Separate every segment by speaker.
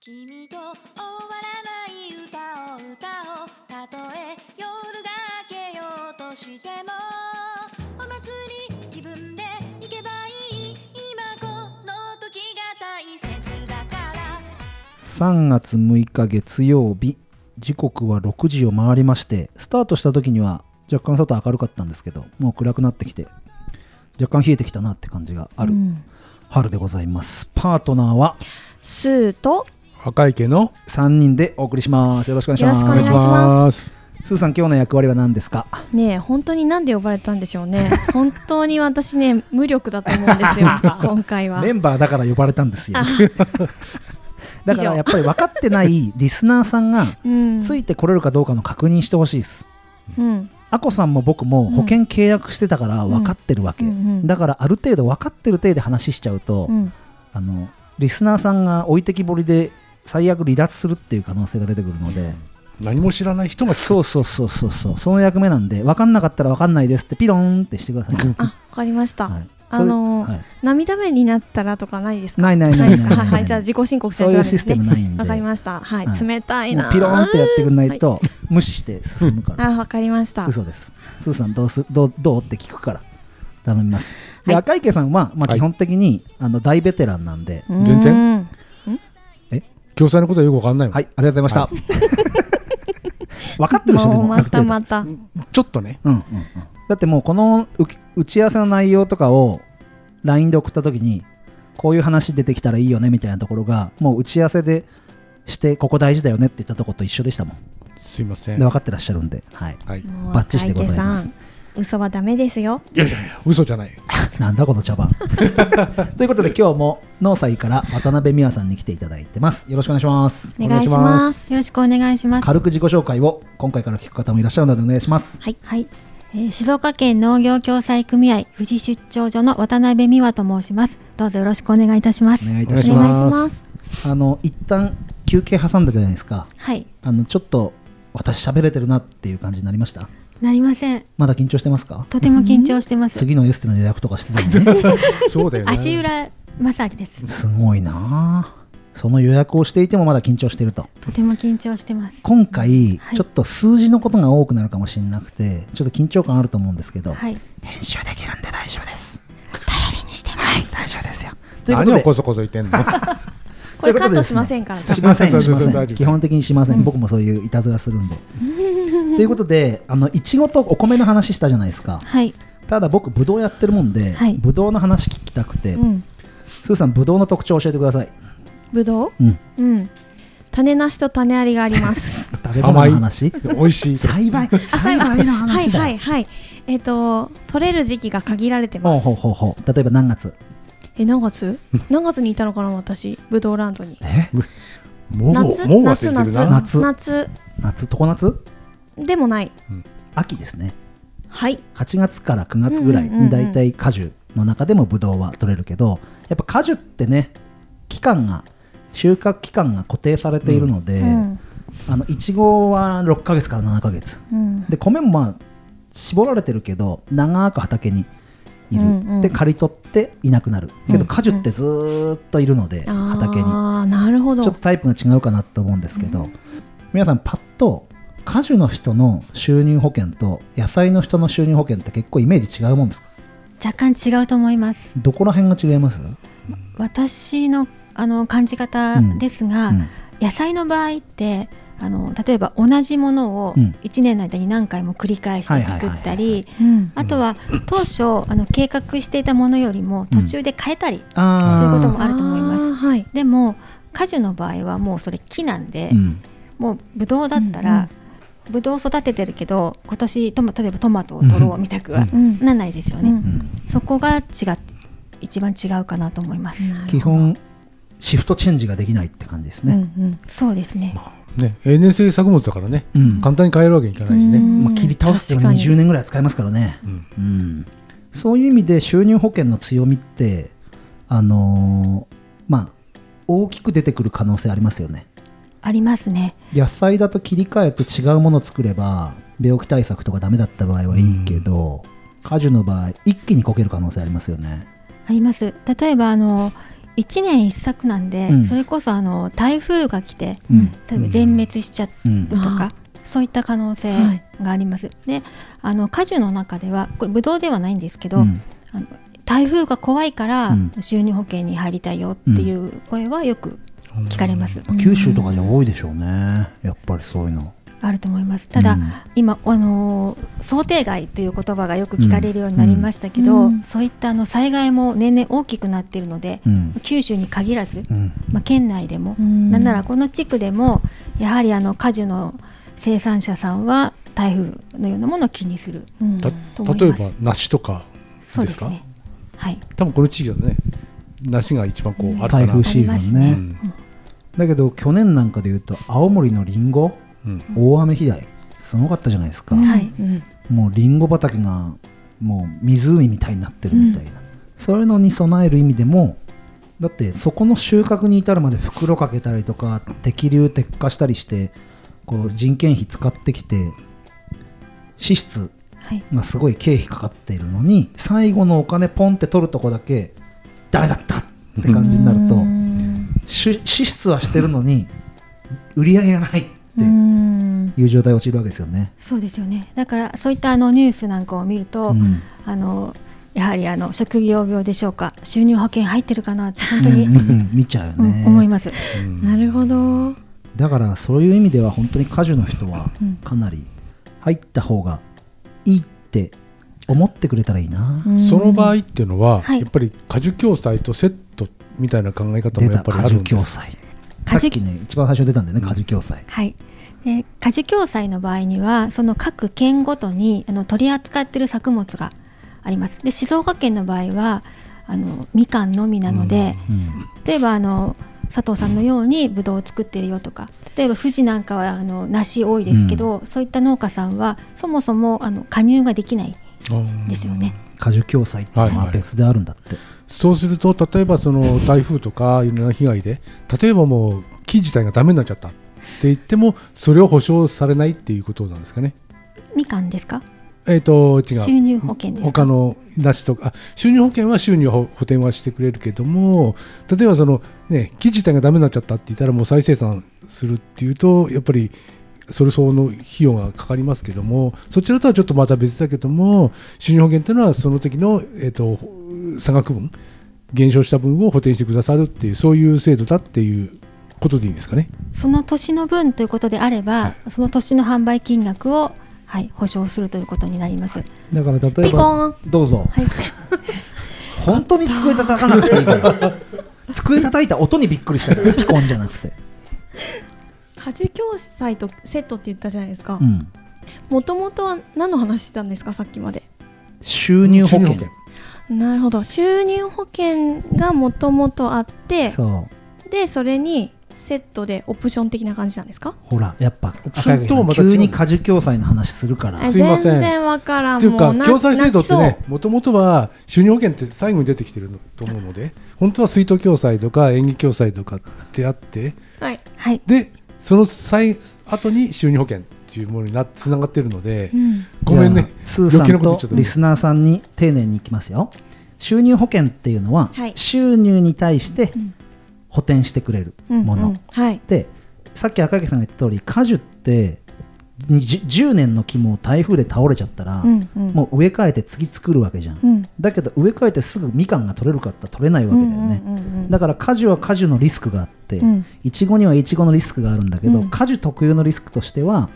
Speaker 1: 君と終わらない歌を歌おうたとえ夜が明けようとしてもお祭り気分で行けばいい今この時が大切だから
Speaker 2: 3月6日月曜日時刻は6時を回りましてスタートした時には若干外明るかったんですけどもう暗くなってきて若干冷えてきたなって感じがある
Speaker 3: うん
Speaker 2: 春でございますパートナーは
Speaker 3: スーと
Speaker 4: 赤池の
Speaker 2: 3人でお送りしますよろしくお願いします
Speaker 3: よろしくお願いします
Speaker 2: スーさん今日の役割は何ですか
Speaker 3: ねえ本当になんで呼ばれたんでしょう ね本当に私ね無力だと思うんですよ今回は
Speaker 2: メンバーだから呼ばれたんですよ
Speaker 3: あ
Speaker 2: だからやっぱり分かってないリスナーさんが
Speaker 3: うん
Speaker 2: ついてこれるかどうかの確認してほしいです
Speaker 3: うん
Speaker 2: アコさんも僕も保険契約してたから分かってるわけ、
Speaker 3: うんうん
Speaker 2: だからある程度分かってる体で話しちゃうと、
Speaker 3: うん
Speaker 2: あのリスナーさんが置いてきぼりで最悪離脱するっていう可能性が出てくるので、
Speaker 4: 何も知らない人が聞く
Speaker 2: そうそうそうそうそうその役目なんで分かんなかったら分かんないですってピローンってしてください、
Speaker 3: あわかりました、
Speaker 2: はい
Speaker 3: あのー
Speaker 2: それはい
Speaker 3: 涙目になったらとかないですか
Speaker 2: ないないない
Speaker 3: です
Speaker 2: な
Speaker 3: か
Speaker 2: いない
Speaker 3: はいじゃあ自己申告し
Speaker 2: そ
Speaker 3: な
Speaker 2: う
Speaker 3: い
Speaker 2: い
Speaker 3: と
Speaker 2: う
Speaker 3: ダメで
Speaker 2: シス
Speaker 3: す
Speaker 2: テム
Speaker 3: ね
Speaker 2: ないんで
Speaker 3: わかりましたはい、
Speaker 2: はい
Speaker 3: 冷たいな
Speaker 2: もうピローンってやってくんないと無視して進むから
Speaker 3: あわかりました
Speaker 2: 嘘ですスーさんどうすどうどうって聞くから頼みますで、
Speaker 3: はい
Speaker 2: 赤池さんは、まあ、
Speaker 4: はい
Speaker 2: 基本的に、あの大ベテランなんで
Speaker 4: 全然
Speaker 3: うん
Speaker 4: 共済のことはよくわかんないもん、
Speaker 2: はいありがとうございました、 分かってるでしょで
Speaker 3: もう
Speaker 2: もあ
Speaker 3: また
Speaker 2: る程度
Speaker 3: また
Speaker 4: ちょっとね
Speaker 2: うんうんうんだってもうこのう打ち合わせの内容とかを LINE で送った時にこういう話出てきたらいいよねみたいなところがもう打ち合わせでしてここ大事だよねって言ったとこと一緒でしたもん
Speaker 4: すいませ
Speaker 2: で
Speaker 4: ん
Speaker 2: 分かってらっしゃるんで、はい、
Speaker 4: はい、
Speaker 3: もう
Speaker 2: バッチシでございます
Speaker 3: 大池さん嘘はダメですよ
Speaker 4: 嘘じゃない
Speaker 2: なんだこの茶番 ということで今日もノーサイから渡辺美和さんに来ていただいてますよろしくお願いします
Speaker 3: お願いします
Speaker 5: よろしくお願いします。
Speaker 2: 軽く自己紹介を今回から聞く方もいらっしゃるのでお願いします
Speaker 5: はい、はい、えー静岡県農業共済組合富士出張所の渡辺美和と申します。どうぞよろしくお願いいたします。
Speaker 2: お願いいた
Speaker 4: お願い
Speaker 2: し
Speaker 4: し
Speaker 2: ま
Speaker 4: ますす
Speaker 5: お願いします
Speaker 2: あの一旦休憩挟んだじゃないですか
Speaker 5: はい、
Speaker 2: あのちょっと私喋れてるなっていう感じになりました
Speaker 5: なりません。
Speaker 2: まだ緊張してますか
Speaker 5: とても緊張してます。
Speaker 2: 次のエステの予約とかしてたのね
Speaker 4: そうだよね
Speaker 5: 足裏マッサージです。
Speaker 2: すごいなあその予約をしていてもまだ緊張してると
Speaker 5: とても緊張してます。
Speaker 2: 今回
Speaker 5: はい
Speaker 2: ちょっと数字のことが多くなるかもしれなくてちょっと緊張感あると思うんですけど、
Speaker 5: はい、
Speaker 2: 編集できるんで大丈夫です
Speaker 5: 頼りにしてます。
Speaker 2: 大丈夫ですよというこ
Speaker 4: 何
Speaker 2: と
Speaker 4: を
Speaker 2: で
Speaker 4: こそこそ言ってんの
Speaker 3: これカ
Speaker 2: ということ
Speaker 3: ットし
Speaker 2: でですね
Speaker 3: ませんから
Speaker 2: しません、
Speaker 4: 大
Speaker 2: し
Speaker 4: 丈
Speaker 2: ま
Speaker 4: 夫大丈
Speaker 2: せ
Speaker 4: 夫
Speaker 2: ん。基本的にしません。僕もそういういたずらするん で。ということで、あのいちごとお米の話したじゃないですか。
Speaker 5: はい、
Speaker 2: ただ僕、ぶどうやってるもんで
Speaker 5: はい、
Speaker 2: ぶどうの話聞きたくて
Speaker 3: う、ん
Speaker 2: スーさん、ぶどうの特徴教えてください。
Speaker 3: ぶどう
Speaker 2: うん。
Speaker 3: うん種なしと種ありがあります。
Speaker 2: 食べ物の話
Speaker 4: 美味しい
Speaker 2: 栽 培、栽培の
Speaker 3: はい
Speaker 2: 話だ。
Speaker 3: はいはい。えっ、と取れる時期が限られて
Speaker 2: ほ
Speaker 3: ま
Speaker 2: う
Speaker 3: す。
Speaker 2: ほうほうほう。例えば何月
Speaker 3: え何月？何月にいたのかな私ブドウランドに。
Speaker 4: もう
Speaker 3: 夏
Speaker 4: もう
Speaker 3: 夏
Speaker 4: 忘れて
Speaker 3: 夏
Speaker 4: るな
Speaker 2: 夏
Speaker 3: 夏
Speaker 2: 夏、常夏
Speaker 3: でもない。
Speaker 2: 秋ですね。
Speaker 3: はい。
Speaker 2: 8月から9月ぐらい
Speaker 3: うんうんうんう
Speaker 2: に
Speaker 3: ん
Speaker 2: 大体果樹の中でもブドウは取れるけどやっぱ果樹ってね期間が収穫期間が固定されているので、
Speaker 3: うん
Speaker 2: あのいちごは6ヶ月から7ヶ月
Speaker 3: うん
Speaker 2: で米もまあ絞られてるけど長く畑にいる、
Speaker 3: うんうん
Speaker 2: で刈り取っていなくなるけど果樹ってずーっといるので、畑に
Speaker 3: ああなるほど。
Speaker 2: ちょっとタイプが違うかなと思うんですけど、皆さんパッと果樹の人の収入保険と野菜の人の収入保険って結構イメージ違うもんですか
Speaker 5: 若干違うと思います。
Speaker 2: どこら辺が違います、
Speaker 5: 私のあの感じ方ですが、
Speaker 2: うん
Speaker 5: 野菜の場合ってあの例えば同じものを
Speaker 2: うん
Speaker 5: 1年の間に何回も繰り返して作ったり
Speaker 3: うん
Speaker 5: あとは当初あの計画していたものよりも途中で変えたり、
Speaker 2: あ
Speaker 5: ということ
Speaker 2: も
Speaker 5: もあると思います
Speaker 3: あーはい。
Speaker 5: でも果樹の場合はもうそれ木なんで、
Speaker 2: うん
Speaker 5: もうブドウだった
Speaker 3: うん
Speaker 5: ら、ブドウ育ててるけど今年トマ例えばトマトを取ろうみたくは
Speaker 3: うん
Speaker 5: なんないですよね、
Speaker 3: うん
Speaker 2: うん
Speaker 5: そこが違って一番違うかなと思います、
Speaker 3: なる
Speaker 2: 基本シフトチェンジができないって感じです
Speaker 5: うんう
Speaker 2: ね、
Speaker 5: んそうですね、
Speaker 4: ね、NSA 作物だからね、
Speaker 2: うん
Speaker 4: 簡単に買えるわけにいかないしね、
Speaker 2: まあ、切り倒すっていうのは20年ぐらい使えますからね、
Speaker 4: うん
Speaker 2: うんそういう意味で収入保険の強みってあのーまあ大きく出てくる可能性ありますよね
Speaker 5: ありますね
Speaker 2: 野菜だと切り替えて違うものを作れば病気対策とかダメだった場合はいいけど、果樹の場合一気にこける可能性ありますよね
Speaker 5: あります例えばあの1年一作なんで、
Speaker 2: うん
Speaker 5: それこそあの台風が来て
Speaker 2: うん
Speaker 5: 例えば全滅しちゃう
Speaker 2: うん
Speaker 5: と
Speaker 3: うん
Speaker 5: か、そういった可能性があります。であの果樹の中ではこれブドウではないんですけど、
Speaker 2: うん
Speaker 5: あの台風が怖いから、
Speaker 2: うん
Speaker 5: 収入保険に入りたいよっていう声はよく聞かれます、
Speaker 2: 九州とかじゃ多いでしょうねやっぱりそういうの
Speaker 5: あると思いますただ、
Speaker 2: うん
Speaker 5: 今、あのー想定外という言葉がよく聞かれるようになりましたけど、
Speaker 3: うんうん
Speaker 5: そういったあの災害も年々大きくなっているので、
Speaker 2: うん
Speaker 5: 九州に限らず、
Speaker 2: うん
Speaker 5: まあ、県内でも、
Speaker 3: うん
Speaker 5: なんならこの地区でもやはりあの果樹の生産者さんは台風のようなものを気にする
Speaker 3: うん
Speaker 4: た
Speaker 5: と思
Speaker 4: 例
Speaker 5: い
Speaker 4: え
Speaker 5: ます
Speaker 4: ば梨とか
Speaker 5: そう
Speaker 4: で
Speaker 5: ですす
Speaker 4: か
Speaker 5: ねはい
Speaker 4: 多分この地域だとね梨が一番こうあるか
Speaker 2: 台
Speaker 4: な、
Speaker 2: 風シーズン
Speaker 4: う
Speaker 2: ね、
Speaker 4: ん
Speaker 2: だけど去年なんかで言うと青森のリンゴ
Speaker 4: うん
Speaker 2: 大雨被害すごかったじゃないですか、
Speaker 5: はい
Speaker 3: うん
Speaker 2: もうリンゴ畑がもう湖みたいになってるみたいな、そういうのに備える意味でもだってそこの収穫に至るまで袋かけたりとか適流鉄化したりしてこう人件費使ってきて支出
Speaker 5: はい
Speaker 2: がすごい経費かかっているのに最後のお金ポンって取るとこだけダメだったって感じになると、
Speaker 3: うん
Speaker 2: し支出はしてるのに売り上げがないって
Speaker 5: うん
Speaker 2: いう状態に陥るわけですよね。
Speaker 5: そうですよねだからそういったあのニュースなんかを見ると、
Speaker 2: うん
Speaker 5: あのやはりあの職業病でしょうか収入保険入ってるかなって本当に、
Speaker 2: うんうん見ちゃうよ
Speaker 5: うん
Speaker 2: ね、
Speaker 5: 思います、
Speaker 4: うん
Speaker 3: なるほど
Speaker 2: だからそういう意味では本当に果樹の人は
Speaker 5: うん
Speaker 2: かなり入った方がいいって思ってくれたらいいな、
Speaker 4: その場
Speaker 3: 合
Speaker 4: 合っていうのは、
Speaker 5: はい
Speaker 4: やっぱり果樹共済とセットみたいな考え方
Speaker 2: 出
Speaker 4: も
Speaker 2: た
Speaker 4: やっぱり
Speaker 2: 果
Speaker 4: ある
Speaker 2: 樹
Speaker 4: んで
Speaker 2: 共済
Speaker 4: す。
Speaker 2: さ
Speaker 5: 果
Speaker 2: っ
Speaker 5: 樹
Speaker 2: きね一番最初出たんだよね果樹共済
Speaker 5: はいで家事共済の場合にはその各県ごとにあの取り扱ってる作物がありますで静岡県の場合はあのみかんのみなので、
Speaker 2: うん
Speaker 5: 例えばあの佐藤さんのようにぶどうを作ってるよとか例えば富士なんかはあの梨多いですけど、そういった農家さんはそもそもあの加入ができない
Speaker 4: うん
Speaker 5: んですよね。
Speaker 2: 果樹共済っていうのは別であるんだって、
Speaker 4: そうすると例えばその台風とかいろんな被害で例えばもう木自体がダメになっちゃったって言ってもそれを保証されないっていうことなんですかね。
Speaker 5: みかんですか
Speaker 4: えっ、と違う
Speaker 5: 収入保険ですか
Speaker 4: 他の梨とかあ収入保険は収入保補填はしてくれるけども例えばその、ね、木自体がダメになっちゃったって言ったらもう再生産するっていうとやっぱりそれ相応の費用がかかりますけどもそちらとはちょっとまた別だけども収入保険っていうのはその時の、えっと差額分減少した分を補填してくださるっていうそういう制度だっていうことでいいんですかね。
Speaker 5: その年の分ということであれば、
Speaker 4: は
Speaker 5: その年の販売金額を、はい、保証するということになります。
Speaker 2: だから例え
Speaker 3: ピコ
Speaker 2: ば
Speaker 3: ーン
Speaker 2: どうぞ
Speaker 5: はい、
Speaker 2: 本当に机叩かなくていいから 机叩いた音にびっくりしたからピコンじゃなくて、
Speaker 3: 果樹共済とセットって言ったじゃないですか
Speaker 2: うん、
Speaker 3: もともとは何の話してたんですかさっきまで
Speaker 2: 収入保険
Speaker 4: 収入
Speaker 3: なるほど収入保険がもともとあって
Speaker 2: そう
Speaker 3: でそれにセットでオプション的な感じなんですか
Speaker 2: ほらやっぱ
Speaker 4: オプションとはまた違う
Speaker 2: 急に果樹共済の話するから
Speaker 3: あ
Speaker 4: すいません
Speaker 3: 全然わから
Speaker 4: っ
Speaker 3: ん
Speaker 4: ていう
Speaker 3: も
Speaker 4: か
Speaker 3: うな
Speaker 4: 共済制度って
Speaker 3: 泣
Speaker 4: ね
Speaker 3: き
Speaker 4: もともとは収入保険って最後に出てきてると思う ので本当は水道共済とか演技共済とかってあって
Speaker 3: そうはい
Speaker 5: はい、
Speaker 4: でその際後に収入保険っていうものになつながってるので、
Speaker 5: うん、
Speaker 4: ごめんね
Speaker 2: じゃあスーさん
Speaker 4: 余計なこと言っちゃ
Speaker 2: と
Speaker 4: ったね
Speaker 2: リスナーさんに丁寧にいきますよ収入保険っていうのは、
Speaker 3: はい
Speaker 2: 収入に対して補填してくれる
Speaker 3: うん
Speaker 2: もの、
Speaker 3: うんはい
Speaker 2: でさっき赤池さんが言った通り果樹って20 10年の木も台風で倒れちゃったら、
Speaker 3: うんうん
Speaker 2: もう植え替えて次作るわけじゃん、
Speaker 3: うん
Speaker 2: だけど植え替えてすぐみかんが取れるかって言ったら取れないわけだよね、
Speaker 3: うんうんうんうん
Speaker 2: だから果樹は果樹のリスクがあって
Speaker 3: ん
Speaker 2: いちごにはイチゴのリスクがあるんだけど、
Speaker 3: うん
Speaker 2: 果樹特有のリスクとしては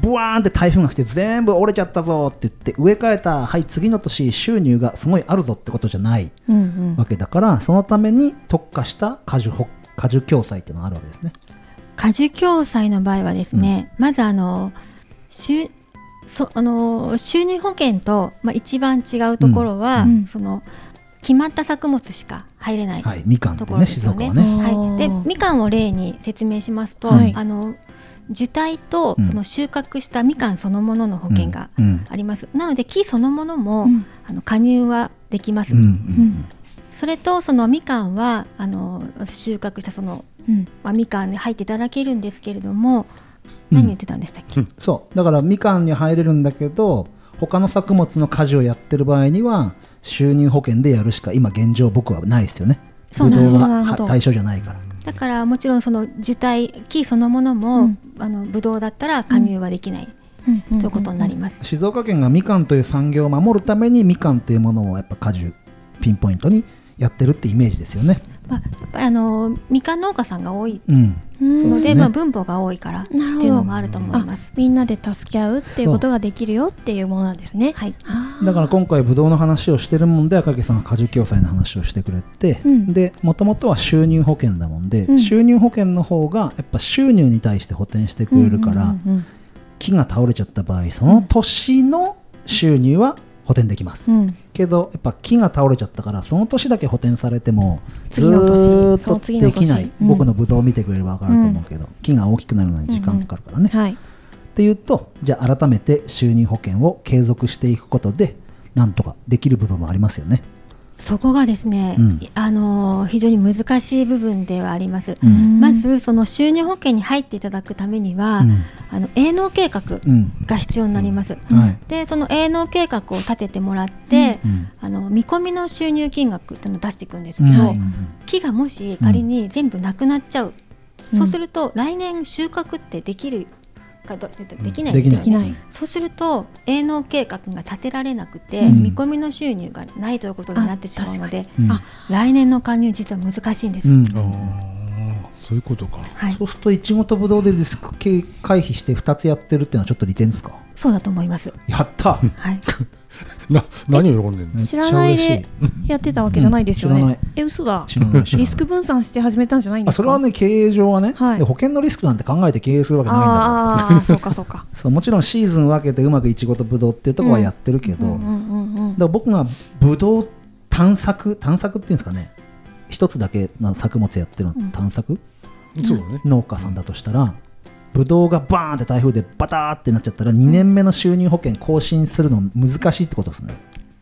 Speaker 2: ブワーンって台風が来て全部折れちゃったぞって言って植え替えたはい次の年収入がすごいあるぞってことじゃない
Speaker 3: うん
Speaker 2: わけだから、そのために特化した果樹ほ果樹共済っていうのがあるわけですね。
Speaker 5: 家事共済の場合はですね、まずあの収そあの収入保険と、まあ、一番違うところは、
Speaker 3: うん
Speaker 5: その決まった作物しか入れない、
Speaker 2: はい、みかんって
Speaker 5: と
Speaker 2: ね
Speaker 5: ころです
Speaker 2: 静
Speaker 5: よ
Speaker 2: 岡
Speaker 5: ね
Speaker 2: はね。
Speaker 5: はい、で
Speaker 3: あー
Speaker 5: みかんを例に説明しますと、
Speaker 2: はい
Speaker 5: あの樹体と
Speaker 2: うん
Speaker 5: その収穫したみかんそのものの保険が
Speaker 2: うんうん
Speaker 5: あります、なので木そのものも、
Speaker 3: うん
Speaker 5: あの加入はできます、
Speaker 2: うん
Speaker 5: それとそのみかんはあの収穫したその、
Speaker 3: うん
Speaker 5: まあ、みかんに入っていただけるんですけれども
Speaker 2: うん
Speaker 5: 何言ってたんでしたっけ、
Speaker 2: そうだからみかんに入れるんだけど他の作物の果樹をやってる場合には収入保険でやるしか今現状僕はないですよね。
Speaker 5: そうな
Speaker 2: ブ
Speaker 5: る
Speaker 2: ド
Speaker 5: ほ
Speaker 2: ウ
Speaker 5: どなるほ
Speaker 2: は
Speaker 5: ど
Speaker 2: 対象じゃないから
Speaker 5: だからもちろんその樹体木そのもの
Speaker 3: う
Speaker 5: も、
Speaker 3: ん
Speaker 5: あのブドウだったら加入はできない、ということになります、
Speaker 2: 静岡県がみかんという産業を守るためにみかんというものをやっぱ果樹ピンポイントにやってるってイメージですよね
Speaker 5: まあ、やっぱりあのみかん農家さんが多い
Speaker 2: うん
Speaker 3: うん
Speaker 5: の
Speaker 2: そう
Speaker 5: で
Speaker 2: ですね
Speaker 5: まあ、分母が多いからって
Speaker 3: なるほど
Speaker 5: いうのもあると思います。
Speaker 3: みんなで助け合うっていうことができるよっていうものなんですね。
Speaker 5: はい、
Speaker 2: だから今回ブドウの話をしてるもんで赤木さんは果樹共済の話をしてくれて、
Speaker 3: うん
Speaker 2: でもともとは収入保険だもんで、
Speaker 3: うん
Speaker 2: 収入保険の方がやっぱ収入に対して補填してくれるから、
Speaker 3: うん
Speaker 2: 木が倒れちゃった場合その年の収入は補填できます、
Speaker 3: うんうん
Speaker 2: けどやっぱ木が倒れちゃったからその年だけ補填されてもず
Speaker 3: 次の年
Speaker 2: ー
Speaker 3: その
Speaker 2: っ
Speaker 3: 次
Speaker 2: と
Speaker 3: の
Speaker 2: で
Speaker 3: 年
Speaker 2: きない、
Speaker 3: うん
Speaker 2: 僕のブドウを見てくれれば分かると思うけど、木が大きくなるのに時間かかるからね、
Speaker 3: はい。
Speaker 2: っていうとじゃあ改めて収入保険を継続していくことでなんとかできる部分もありますよね。
Speaker 5: そこがですね、
Speaker 2: うん
Speaker 5: あの非常に難しい部分ではあります。
Speaker 2: うん
Speaker 5: まずその収入保険に入っていただくためには、
Speaker 2: うん
Speaker 5: あの営農計画
Speaker 2: うん
Speaker 5: が必要になります。
Speaker 2: はい
Speaker 5: でその営農計画を立ててもらって、
Speaker 2: うん
Speaker 5: あの見込みの収入金額っていうのを出していくんです
Speaker 2: う
Speaker 5: け
Speaker 2: ん
Speaker 5: ど、
Speaker 2: うん
Speaker 5: 木がもし仮に全部なくなっちゃう、そうすると来年収穫ってできるかどできない
Speaker 2: できない
Speaker 5: ですよ
Speaker 3: でき
Speaker 5: ね。
Speaker 3: ない。
Speaker 5: そうすると営農計画が立てられなくて、
Speaker 2: うん
Speaker 5: 見込みの収入がないということになってしまうので、
Speaker 2: うん
Speaker 5: あ来年の加入実は難しいんです。
Speaker 2: うん
Speaker 4: ああそういうことか
Speaker 5: はい
Speaker 2: そ、うするといちごとぶどうでリスク回避して2つやってるっていうのはちょっと利点ですか
Speaker 5: そうだと思います。
Speaker 2: やった
Speaker 5: はい、
Speaker 4: な何を喜んでんの
Speaker 3: 知らないでやってたわけじゃないですよ
Speaker 2: うん知ら
Speaker 3: ね
Speaker 2: ない。
Speaker 3: え、嘘だ。
Speaker 2: 知らない知らない
Speaker 3: リスク分散して始めたんじゃないんで
Speaker 2: あ
Speaker 3: すか。
Speaker 2: それはね経営上はね、
Speaker 3: はい
Speaker 2: で保険のリスクなんて考えて経営するわけないんだからさ
Speaker 3: あーあー、そうかそうか。
Speaker 2: そうもちろんシーズン分けてうまくいちごとぶどうっていうところはやってるけど、
Speaker 3: うんうんうんうん
Speaker 2: だから僕がぶどう探索探索っていうんですかね一つだけの作物やってるの探索、
Speaker 4: そうだね
Speaker 2: 農家さんだとしたらぶどうがバーンって台風でバターってなっちゃったら2年目の収入保険更新するの難しいってことですね、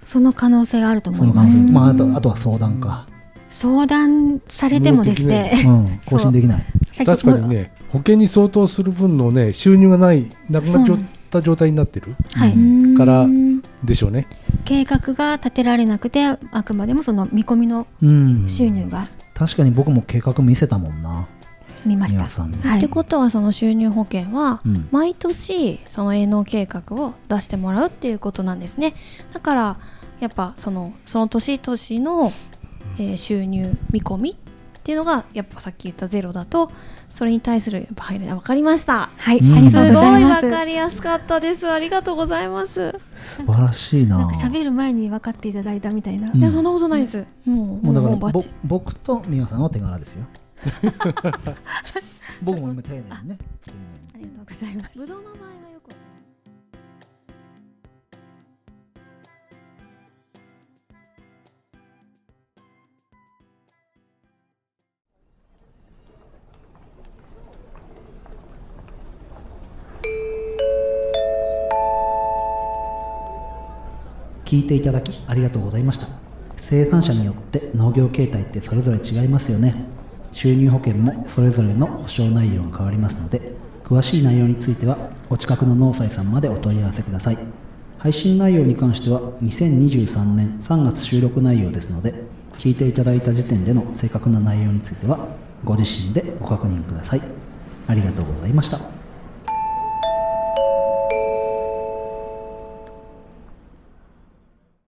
Speaker 5: その可能性があると思
Speaker 2: そ
Speaker 5: い
Speaker 2: の
Speaker 5: ま
Speaker 2: 感じ、
Speaker 5: す。
Speaker 2: まあ、あとあとは相談か、
Speaker 5: 相談されてもですね、
Speaker 2: うん、更新できない、
Speaker 5: 先
Speaker 4: 確かに。ね保険に相当する分のね収入がないなくなっちゃった状態になってる
Speaker 5: はいう
Speaker 2: ん
Speaker 4: からでしょうね
Speaker 5: 計画が立てられなくて、あくまでもその見込みの
Speaker 2: うん
Speaker 5: 収入が
Speaker 2: 確かに僕も計画見せたもんな
Speaker 5: 見ました。
Speaker 2: 宮さんに
Speaker 5: は
Speaker 3: って
Speaker 5: い、
Speaker 3: ことはその収入保険は
Speaker 2: うん
Speaker 3: 毎年その営農計画を出してもらうっていうことなんですねだからやっぱそのその年々の、えー収入見込みっていうのがやっぱさっき言ったゼロだとそれに対するやっぱ入れない分かりました
Speaker 5: はい、
Speaker 2: うん
Speaker 5: あり
Speaker 3: す
Speaker 5: がとうご
Speaker 3: ご
Speaker 5: ざ
Speaker 3: い
Speaker 5: います。
Speaker 3: 分かりやすかったですありがとうございます
Speaker 2: 素晴らしいな
Speaker 5: なんか喋る前に分かっていただいたみたいな。
Speaker 2: うん
Speaker 3: いやそんなことないです、もう
Speaker 2: もうだから
Speaker 3: もうバ
Speaker 2: ぼ
Speaker 3: ッチリ
Speaker 2: 僕と美和さんは手柄 ですよ僕も今丁寧にね丁寧に
Speaker 5: ありがとうございます。
Speaker 3: ぶどうの場合はよく
Speaker 2: 聞いていただきありがとうございました生産者によって農業形態ってそれぞれ違いますよね収入保険もそれぞれの保障内容が変わりますので詳しい内容についてはお近くの農祭さんまでお問い合わせください配信内容に関しては2023年3月収録内容ですので聞いていただいた時点での正確な内容についてはご自身でご確認くださいありがとうございました